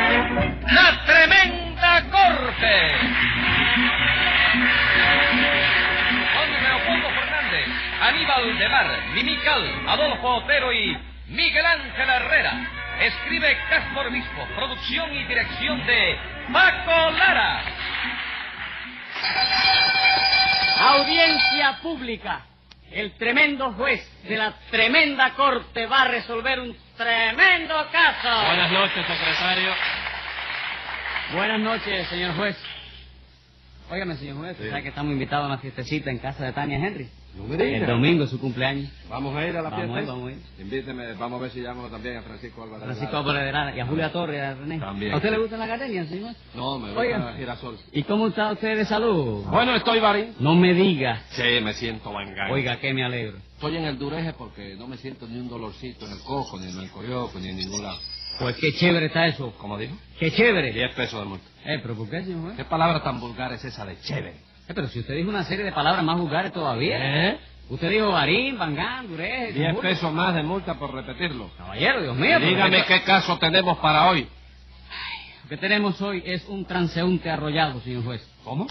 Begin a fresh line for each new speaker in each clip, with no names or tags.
La Tremenda Corte. Con Leopoldo Fernández, Aníbal de Mar, Mimical, Adolfo Otero y Miguel Ángel Herrera. Escribe Castro Obispo, producción y dirección de Paco Lara.
Audiencia pública. El tremendo juez de la tremenda corte va a resolver un tremendo caso.
Buenas noches, secretario.
Buenas noches, señor juez. Óigame, señor juez,
Sí.
¿sabe que estamos invitados a una fiestecita en casa de Tania Henry?
No me digas.
El domingo es su cumpleaños.
Vamos a ir a la
Vamos
fiesta.
a ir, vamos a ir.
Invíteme, vamos a ver si llamo también a Francisco Álvarez.
Francisco Álvarez de Lara y a Julia Torres y a René.
También.
¿A usted le gustan las gardenias, señor?
No, me voy
Oiga.
a girasol.
¿Y cómo está usted de salud?
Bueno, estoy varín.
No me diga.
Sí, me siento vangado.
Oiga, que me alegro.
Estoy en el dureje porque no me siento ni un dolorcito en el coco, ni en el corioco, ni en ningún lado.
Pues qué chévere está eso.
¿Cómo dijo?
Qué chévere.
Diez pesos de multa.
Eh, pero ¿por qué, señor juez?
¿Qué palabra tan vulgar es esa de chévere?
Eh, pero si usted dijo una serie de palabras más vulgares todavía.
¿Eh?
Usted dijo barín, bangán, durez.
Diez
conjuro.
pesos más de multa por repetirlo.
Caballero, Dios mío. pero
Dígame
esto-
qué caso tenemos para hoy.
Lo que tenemos hoy es un transeúnte arrollado, señor juez.
¿Cómo?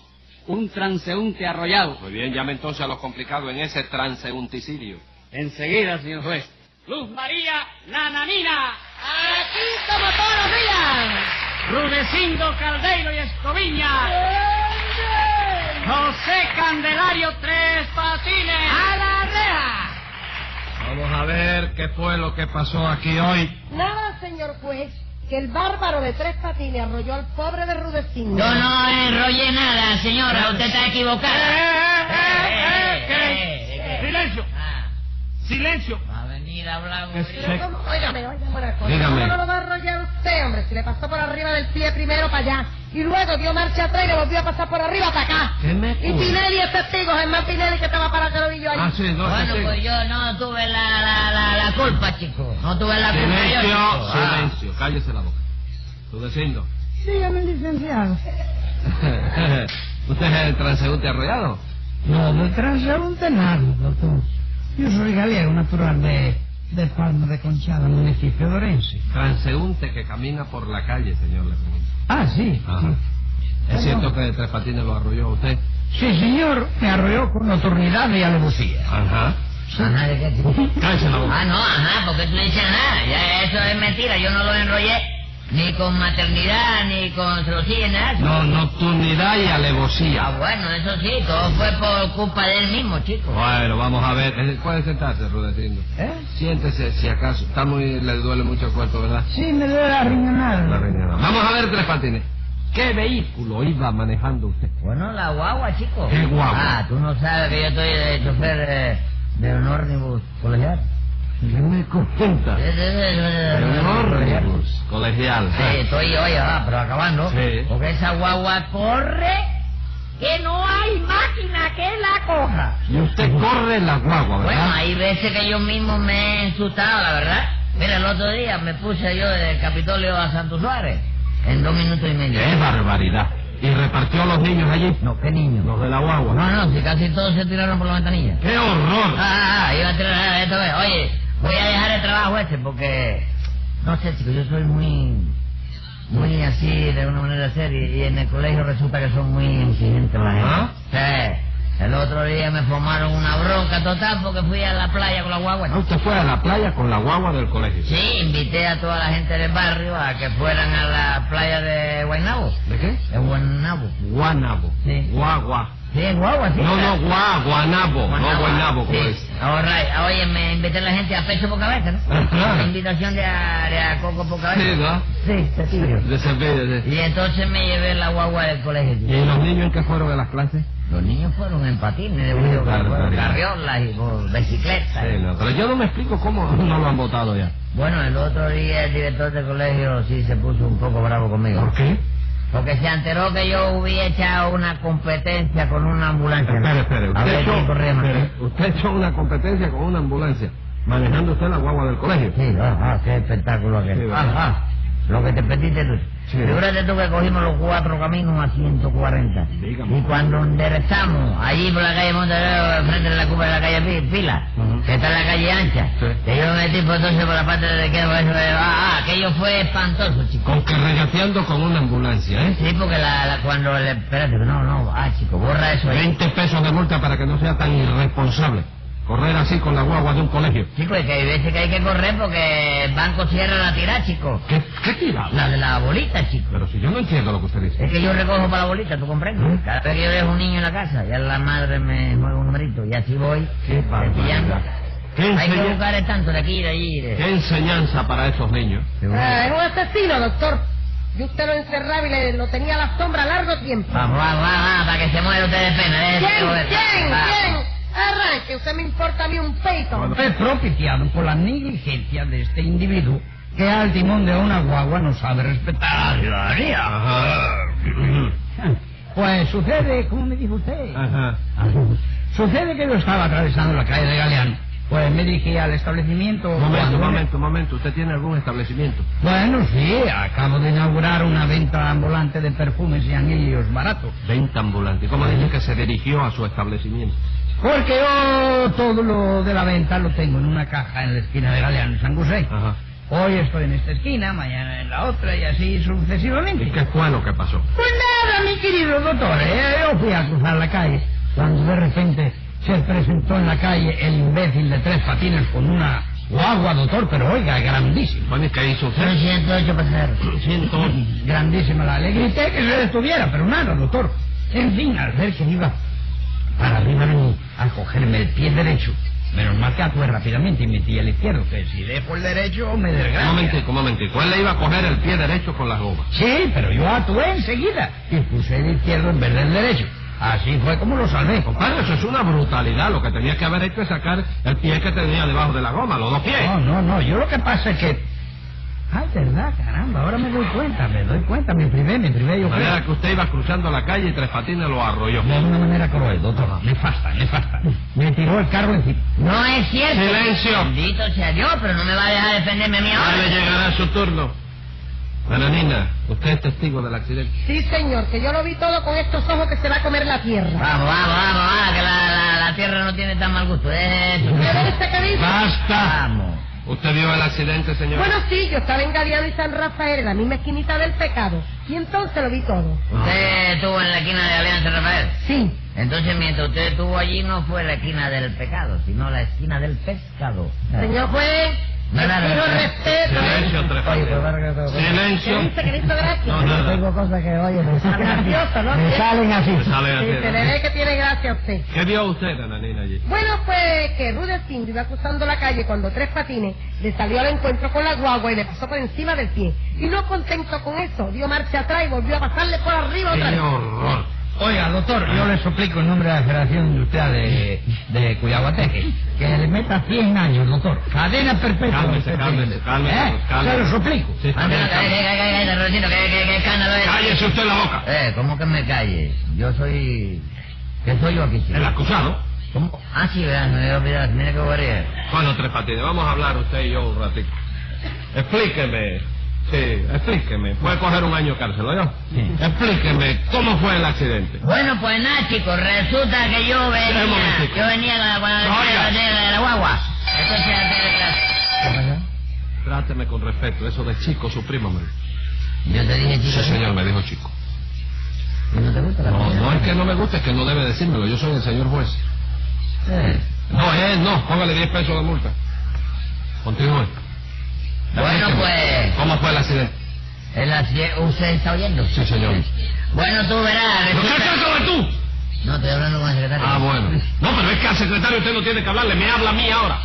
Un transeúnte arrollado.
Muy bien, llame entonces a lo complicado en ese transeunticidio.
Enseguida, señor juez. Luz María Nananina. Aquí como todos los días. Rudecindo Caldeiro y Escoviña. José Candelario Tres Patines. A la reja.
Vamos a ver qué fue lo que pasó aquí hoy.
Nada, señor juez, que el bárbaro de tres patines arrolló al pobre de Rudecindo.
Yo no enrollé nada, señora. Usted está equivocada.
Silencio,
Ah,
silencio.
va a venir a hablar
Pero
bonito.
¿cómo? Óigame, óigame una cosa.
Dígame.
¿Cómo no lo va a arrollar usted, hombre? Si le pasó por arriba del pie primero para allá y luego dio marcha atrás y le volvió a pasar por arriba para acá.
¿Qué me
Y Pinelli es testigo, Germán Pinelli, que estaba para que lo vi yo ahí.
Ah, sí, no,
Bueno,
sí.
pues yo no tuve la, la, la, la culpa, chico. No tuve la culpa yo,
Silencio,
chico. Ah.
silencio. Cállese la boca. Rudecindo.
Dígame, licenciado.
¿Usted es el transeúnte arrollado?
No, no transeúnte nada, doctor. Yo soy galego natural de, de Palma de Conchada, municipio de Orense.
Transeúnte que camina por la calle, señor, le pregunto.
Ah, sí.
Ajá. ¿Es cierto que Tres Patines lo arrolló a usted?
Sí, señor, me arrolló con nocturnidad y alevosía.
Ajá.
Ajá, ¿de qué?
Cállese la boca.
Ah, no, ajá, porque tú no dices nada. Ah, Ya, eso es mentira. Yo no lo enrollé ni con maternidad, ni con trocilla, nada.
No, nocturnidad y
Ah,
alevosía.
bueno, eso sí, todo fue por culpa de él mismo, chico.
Bueno, vamos a ver. Eh, Puede sentarse, Rudecindo.
¿Eh?
Siéntese, si acaso. Está muy... le duele mucho el cuerpo, ¿verdad?
Sí, me duele la riñonada.
La riñonada. Vamos a ver, Tres Patines. ¿Qué vehículo iba manejando usted?
Bueno, la guagua, chico.
¿Qué guagua?
Ah, tú no sabes que yo estoy de chofer eh, de honor de bus colegial.
¿Qué me comenta?
De- de- de- de- de-
Horribus, colegial.
Sí, estoy, oye, va, pero acabando.
Sí.
Porque esa guagua corre que no hay máquina que la coja.
Y usted corre la guagua,
Bueno,
¿verdad?
hay veces que yo mismo me he insultado, la verdad. Mira, el otro día me puse yo del Capitolio a Santo Suárez en dos minutos y medio.
¡Qué barbaridad! ¿Y repartió a los niños allí?
No, qué niño.
Los de la guagua.
No, no, si casi todos se tiraron por la ventanilla.
¡Qué horror!
Ah, ah, ah, iba a tirar esta vez. Oye, voy a dejar el trabajo este porque... No sé, chico, yo soy muy... Muy así, de una manera de ser, y, y en el colegio resulta que son muy exigentes la gente.
¿Ah?
Sí. El otro día me formaron una bronca total porque fui a la playa con la guagua.
Ah, Usted fue a la playa con la guagua del colegio.
Sí, invité a toda la gente del barrio a que fueran a la playa de Guaynabo.
¿De qué?
¿De Guaynabo?
Guanabo.
Sí.
Guagua.
Sí, en guagua, sí.
No,
claro.
no, guagua, guanabo. No, pues. guanabo, como
Sí.
dice.
All right. Oye, me invité a la gente a peso por cabeza, ¿no?
Ajá.
La invitación de a, de a coco por cabeza.
Ah, Sí, ¿no?
Sí, te sirvió.
De servir, de-
Y entonces me llevé la guagua del colegio. chico.
¿Y los niños en qué fueron a las clases?
Los niños fueron en patines, de vuelo,
barbaridad.
por carriolas y por bicicletas.
Sí, no, Pero yo no me explico cómo no lo han votado ya.
Bueno, el otro día el director del colegio sí se puso un poco bravo conmigo.
qué?
Porque se enteró que yo hubiera echado una competencia con una ambulancia. ¿no?
Espere, espere.
A
Usted
ver quién
echó,
corría más.
espere, usted echó una competencia con una ambulancia, manejando usted la guagua del colegio.
Sí, ajá, qué espectáculo aquel.
Sí, ¿verdad?
ajá. Lo que te pediste tú.
Sí.
Figúrate tú que cogimos los cuatro caminos a 140.
Dígame.
Y cuando enderezamos, allí por la calle Monterrey, frente de la curva de la calle Pi- Pila,
Ajá.
que está la calle ancha,
Sí.
que yo me metí por entonces por la parte de la izquierda, por eso, eh, ah, ah, aquello fue espantoso, chico.
Con que regateando con una ambulancia, ¿eh?
Sí, porque la, la- cuando le... Espérate, no, no, ah, chico, borra eso ahí.
20 pesos de multa para que no sea tan irresponsable. Correr así con la guagua de un colegio.
Chico, es que hay veces que hay que correr porque el banco cierra la tirada, chico.
¿Qué, qué tirado?
La de la bolita, chico.
Pero si yo no entiendo lo que usted dice.
Es que yo recojo para la bolita, ¿tú comprendes? Cada vez que yo dejo un niño en la casa, ya la madre me juega un numerito y así voy.
Qué
cepillando.
barbaridad. ¿Qué,
Hay que
enseña-
buscar el tanto de aquí y de allí. de-
qué enseñanza para esos niños?
Ah, es un asesino, doctor. Yo usted lo encerraba y le, lo tenía a la sombra largo tiempo.
Vamos, vamos, vamos, para que se muera usted de pena.
¿Quién?
déjese
¿Quién?
joder. Vamos.
¿Quién? Arranque, usted me importa a mí un peito.
Fue propiciado por la negligencia de este individuo que al timón de una guagua no sabe respetar a la ciudadanía. Pues sucede, ¿cómo me dijo usted?
Ajá.
Ah. Sucede que yo estaba atravesando la calle de Galeano. Pues me dirigí al establecimiento.
Momento,
cuando-
momento, momento. ¿Usted tiene algún establecimiento?
Bueno, sí, acabo de inaugurar una venta ambulante de perfumes y anillos baratos.
Venta ambulante. ¿Cómo dice que se dirigió a su establecimiento?
Porque yo todo lo de la venta lo tengo en una caja en la esquina de Galeano y San José.
Ajá.
Hoy estoy en esta esquina, mañana en la otra y así
¿Y
sucesivamente.
qué fue lo que pasó?
Pues nada, mi querido doctor, eh, yo fui a cruzar la calle cuando de repente se presentó en la calle el imbécil de tres patines con una guagua, doctor, pero oiga, grandísima.
Bueno, ¿y qué hizo usted?
308 pasajeros.
Siento...
Grandísima la alegría. Grité que se detuviera, pero nada, doctor. En fin, al ver que iba para arriba de mí a cogerme el pie derecho, menos mal que actué rápidamente y metí el izquierdo, que si dejo el derecho me
Un
desgracia.
momentico, un momentico. Él le iba a coger el pie derecho con la goma.
Sí, pero yo actué enseguida y puse el izquierdo en vez del derecho. Así fue como lo salvé, compadre.
Compadre, eso es una brutalidad. Lo que tenía que haber hecho es sacar el pie que tenía debajo de la goma, los dos pies.
No, no, no. Yo lo que pasa es que. Ay, verdad, caramba. Ahora me doy cuenta, me doy cuenta. Me privé, me privé. Yo
De
creo.
manera que usted iba cruzando la calle y Tres Patines lo arrolló.
De una manera cruel, doctor. Nefasta, nefasta. Me tiró el carro encima.
No es cierto.
Silencio.
Bendito sea Dios, pero no me va a dejar defenderme a mí
Ya le
ahora.
llegará su turno. Nananina, usted es testigo del accidente.
Sí, señor, que yo lo vi todo con estos ojos que se va a comer la tierra.
Vamos, vamos, vamos, vamos, que la, la- la tierra no tiene tan mal gusto. eh.
¿Usted dice qué dice?
¡Basta!
Vamos.
¿Usted vio el accidente, señor?
Bueno, sí, yo estaba en Galeano y San Rafael, en la misma esquinita del pecado. Y entonces lo vi todo.
Usted estuvo en la esquina de Alianza Rafael.
Sí.
Entonces, mientras usted estuvo allí, no fue la esquina del pecado, sino la esquina del pescado.
Señor juez,
No, no, no,
pido
no.
respeto.
Silencio, Tres
Oye, pues,
Patines.
Vargas, no, pues,
¿Qué
Silencio.
dice, Cristo? Gracias.
No, nada.
tengo cosas que, oye, me
Gracioso, ¿no?
me
Sí.
salen así.
Pues sale
Sí, se
así,
le
¿no?
ve que tiene gracia a usted.
¿Qué vio usted, Nananina, allí?
Bueno, pues que Rudecindo iba cruzando la calle cuando tres patines le salió al encuentro con la guagua y le pasó por encima del pie. Y no contento con eso, dio marcha atrás y volvió a pasarle por arriba otra
¡Qué
vez.
horror!
Oiga, doctor, yo le suplico en nombre de la Federación Industrial de, de Cuyaguateque que le meta 100 años, doctor. Cadena perpetua.
Cálmese,
Usted
cálmese,
tiene.
cálmese,
¿Eh?
cálmese.
Se lo suplico.
Sí, está bien, está
eh,
bien.
¿Qué escándalo es?
¡Cállese usted la boca!
Eh, ¿cómo que me calles? Yo soy... ¿Qué soy yo aquí, chico?
El acusado.
¿Cómo? Ah, sí, verdad, me había olvidado. Mira qué guarida.
Bueno, Tres Patines, vamos a hablar usted y yo un ratito. Explíqueme. Sí, explíqueme. Puede coger un año de cárcel, ¿oyó?
Sí.
Explíqueme, ¿cómo fue el accidente?
Bueno, pues nada, chicos, resulta que yo
Un
venía,
momentico.
yo venía con la, con la-
Oiga.
de la- de la guagua. Entonces,
Tráteme con respeto, eso de chico, suprímame.
yo te dije, chico,
me dijo chico.
¿no te gusta la
No,
comida?
no es que no me guste, es que no debe decírmelo. Yo soy el señor juez.
Eh,
No, eh, no. Póngale 10 pesos de multa. Continúe.
Bueno,
Explíqueme.
pues.
¿Cómo fue el accidente?
El accidente- ¿Usted está oyendo?
Sí, señor.
Bueno, tú verás.
¿Pero
resulta-
qué cosa de tú?
No, estoy hablando con el secretario.
Ah, bueno. No, pero es que al secretario usted no tiene que hablarle. Me habla a mí ahora.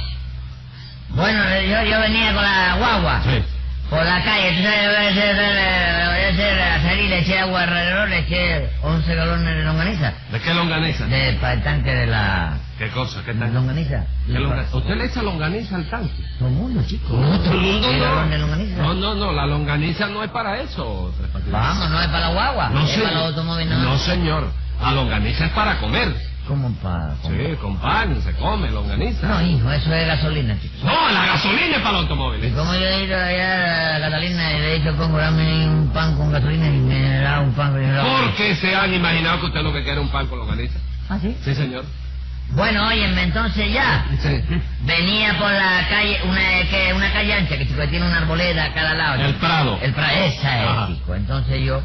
Bueno, yo, yo venía con la guagua
Sí.
por la calle. Tú sabes, voy a hacer, eh, voy a hacer azarí, le eché agua alrededor, le eché 11 galones de longaniza.
¿De qué longaniza?
De, para el tanque de la...
¿Qué cosa? ¿Qué
la
tal?
longaniza.
¿Qué longaniza? ¿Usted le echa longaniza al tanque?
Todo el mundo, chico.
Todo el mundo
¿Y
no.
galón de longaniza?
No, no, no. La longaniza no es para eso. Tres Patines.
Vamos, no es para la guagua,
No,
es
señor.
para los automóviles.
No,
No,
señor. La longaniza es para comer.
como para...
Sí, con pan, se come, longaniza.
No, hijo, eso es gasolina, chico.
No, la gasolina es para los
Y
automóviles.
como yo he ido allá a Catalina y le he dicho, Congo, dame un pan con gasolina y me da un pan con gasolina.
Porque se han imaginado que usted lo que quiere es un pan con longaniza.
¿Ah, sí?
Sí, señor.
Bueno, óyeme, entonces ya.
Sí.
Venía por la calle, una, que, una calle ancha, que chico, que tiene una arboleda a cada lado.
El
chico.
Prado.
El pra- esa es,
Ajá.
chico. Entonces yo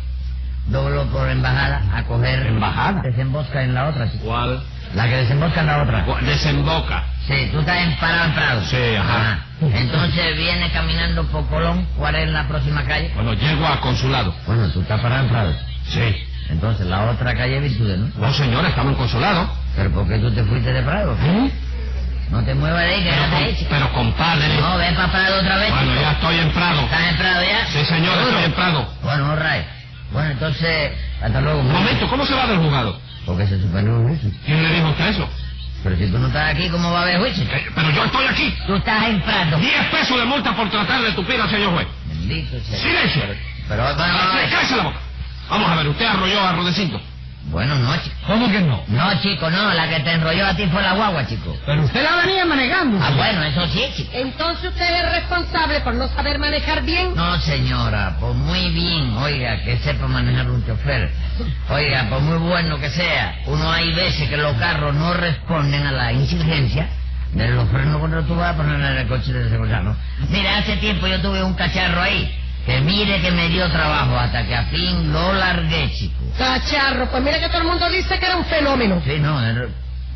doblo por embajada a coger...
¿Embajada?
Desemboca en la otra, chico.
¿Cuál?
La que desemboca en la otra.
Cu- Desemboca.
Sí, tú estás en Parado en Prado. Ah.
Sí, ajá.
Entonces viene caminando por Colón. ¿Cuál es la próxima calle?
Bueno, llego a consulado.
Bueno, tú estás parado en Prado.
Sí.
Entonces la otra calle es Virtudes, ¿no?
No, señor, estamos en consulado.
¿Pero por qué tú te fuiste de Prado? No te muevas de ahí, que
Pero,
ya te he
com-
hecho.
pero compadre.
No, ve para Prado otra vez.
Bueno,
chico.
ya estoy en Prado.
¿Estás en Prado ya?
Sí, señor,
¿Seguro?
estoy en Prado.
Bueno, all right. Bueno, entonces, hasta luego.
Un momento, ¿cómo se va del juzgado?
Porque se suspendió el juicio.
¿Quién le dijo a usted eso?
Pero si tú no estás aquí, ¿cómo va a haber juicio?
Eh, Pero yo estoy aquí.
Tú estás en Prado.
Diez pesos de multa por tratar de tupir al señor juez.
Bendito sea.
Silencio.
Pero bueno,
Sí,
bueno,
cállese la boca. Vamos a ver, usted arrolló a Rodecindo.
bueno, no, chico.
¿Cómo que no?
No, chico, no, la que te enrolló a ti fue la guagua, chico.
Pero usted la venía manejando.
Ah, bueno, eso sí, chico.
Entonces usted es responsable por no saber manejar bien.
No, señora, por muy bien, oiga, que sepa manejar un chofer. Oiga, por muy bueno que sea, uno hay veces que los carros no responden a la exigencia de los frenos cuando tú vas a poner en el coche de seguridad, ¿no? Mira, hace tiempo yo tuve un cacharro ahí, que mire que me dio trabajo hasta que a fin lo largué, chico.
Cacharro, pues mira que todo el mundo dice que era un fenómeno.
Sí, no, er-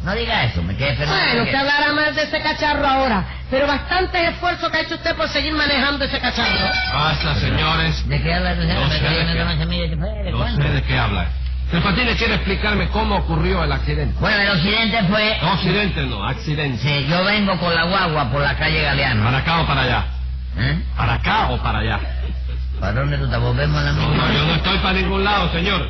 no diga eso, me quedé feliz.
Bueno, usted hablará más de ese cacharro ahora, pero bastante esfuerzo que ha hecho usted por seguir manejando ese cacharro.
Basta, señores.
¿De qué habla la señora?
No sé
Me
de
quedé
qué.
en la semilla de chofer, ¿de
No
cuándo?
sé de qué habla. El patine quiere explicarme cómo ocurrió el accidente.
Bueno, el occidente fue...
No, accidente no, accidente.
Sí, yo vengo con la guagua por la calle Galeano.
¿Para acá o para allá?
¿Eh?
¿Para acá o para allá?
¿Para dónde tú te volvemos a la
No, no,
misma?
yo no estoy para ningún lado, señor.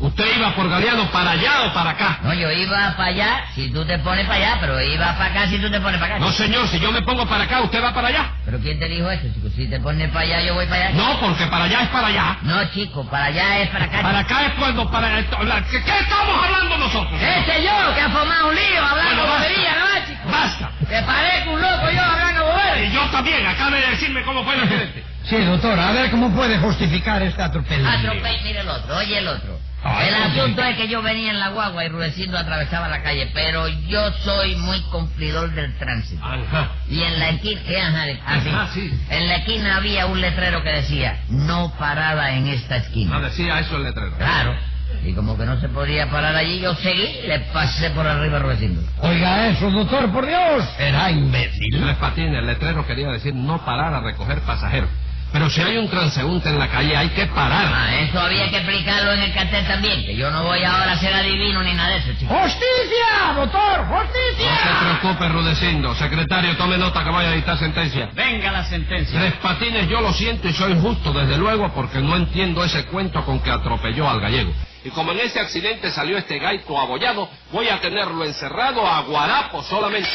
¿Usted iba por Galeano para allá o para acá?
No, yo iba para allá si tú te pones para allá, pero iba para acá si tú te pones para acá.
No, señor, si yo me pongo para acá, usted va para allá.
¿Pero quién te dijo eso, chico? Si te pones para allá, yo voy para allá.
No, porque para allá es para allá.
No, chico, para allá es para acá.
Para acá es cuando para... ¿Qué, qué estamos hablando nosotros?
Ese Este yo que ha formado un lío hablando
Bueno, basta.
bobería, ¿no, chico?
Basta.
Te parezco un loco yo hablando bobería.
Y yo también, acabe de decirme cómo fue el accidente.
Sí, doctora, a ver cómo puede justificar este atropello.
Atropé, mira el otro, oye el otro.
Ay,
el
no,
asunto
chico.
es que yo venía en la guagua y Rudecindo atravesaba la calle, pero yo soy muy cumplidor del tránsito.
Ajá.
Y en la esquina, eh, ajá, de- así.
Ajá, sí.
En la esquina había un letrero que decía, no parada en esta
No
esquina.
decía eso el letrero.
Claro. Y como que no se podía parar allí, yo seguí, le pasé por arriba al vecino.
Oiga eso, doctor, por Dios. Era imbécil.
Tres patines, el letrero quería decir no parar a recoger pasajeros. Pero si hay un transeúnte en la calle, hay que parar.
Ah, eso había que explicarlo en el cartel también, que yo no voy ahora a ser adivino ni nada de eso, chico.
¡Justicia, doctor! ¡Justicia!
No se preocupe, Rudecindo. Secretario, tome nota que vaya a dictar sentencia.
Venga la sentencia.
Tres patines, yo lo siento y soy justo, desde luego, porque no entiendo ese cuento con que atropelló al gallego. Y como en ese accidente salió este gaito abollado, voy a tenerlo encerrado a guarapo solamente.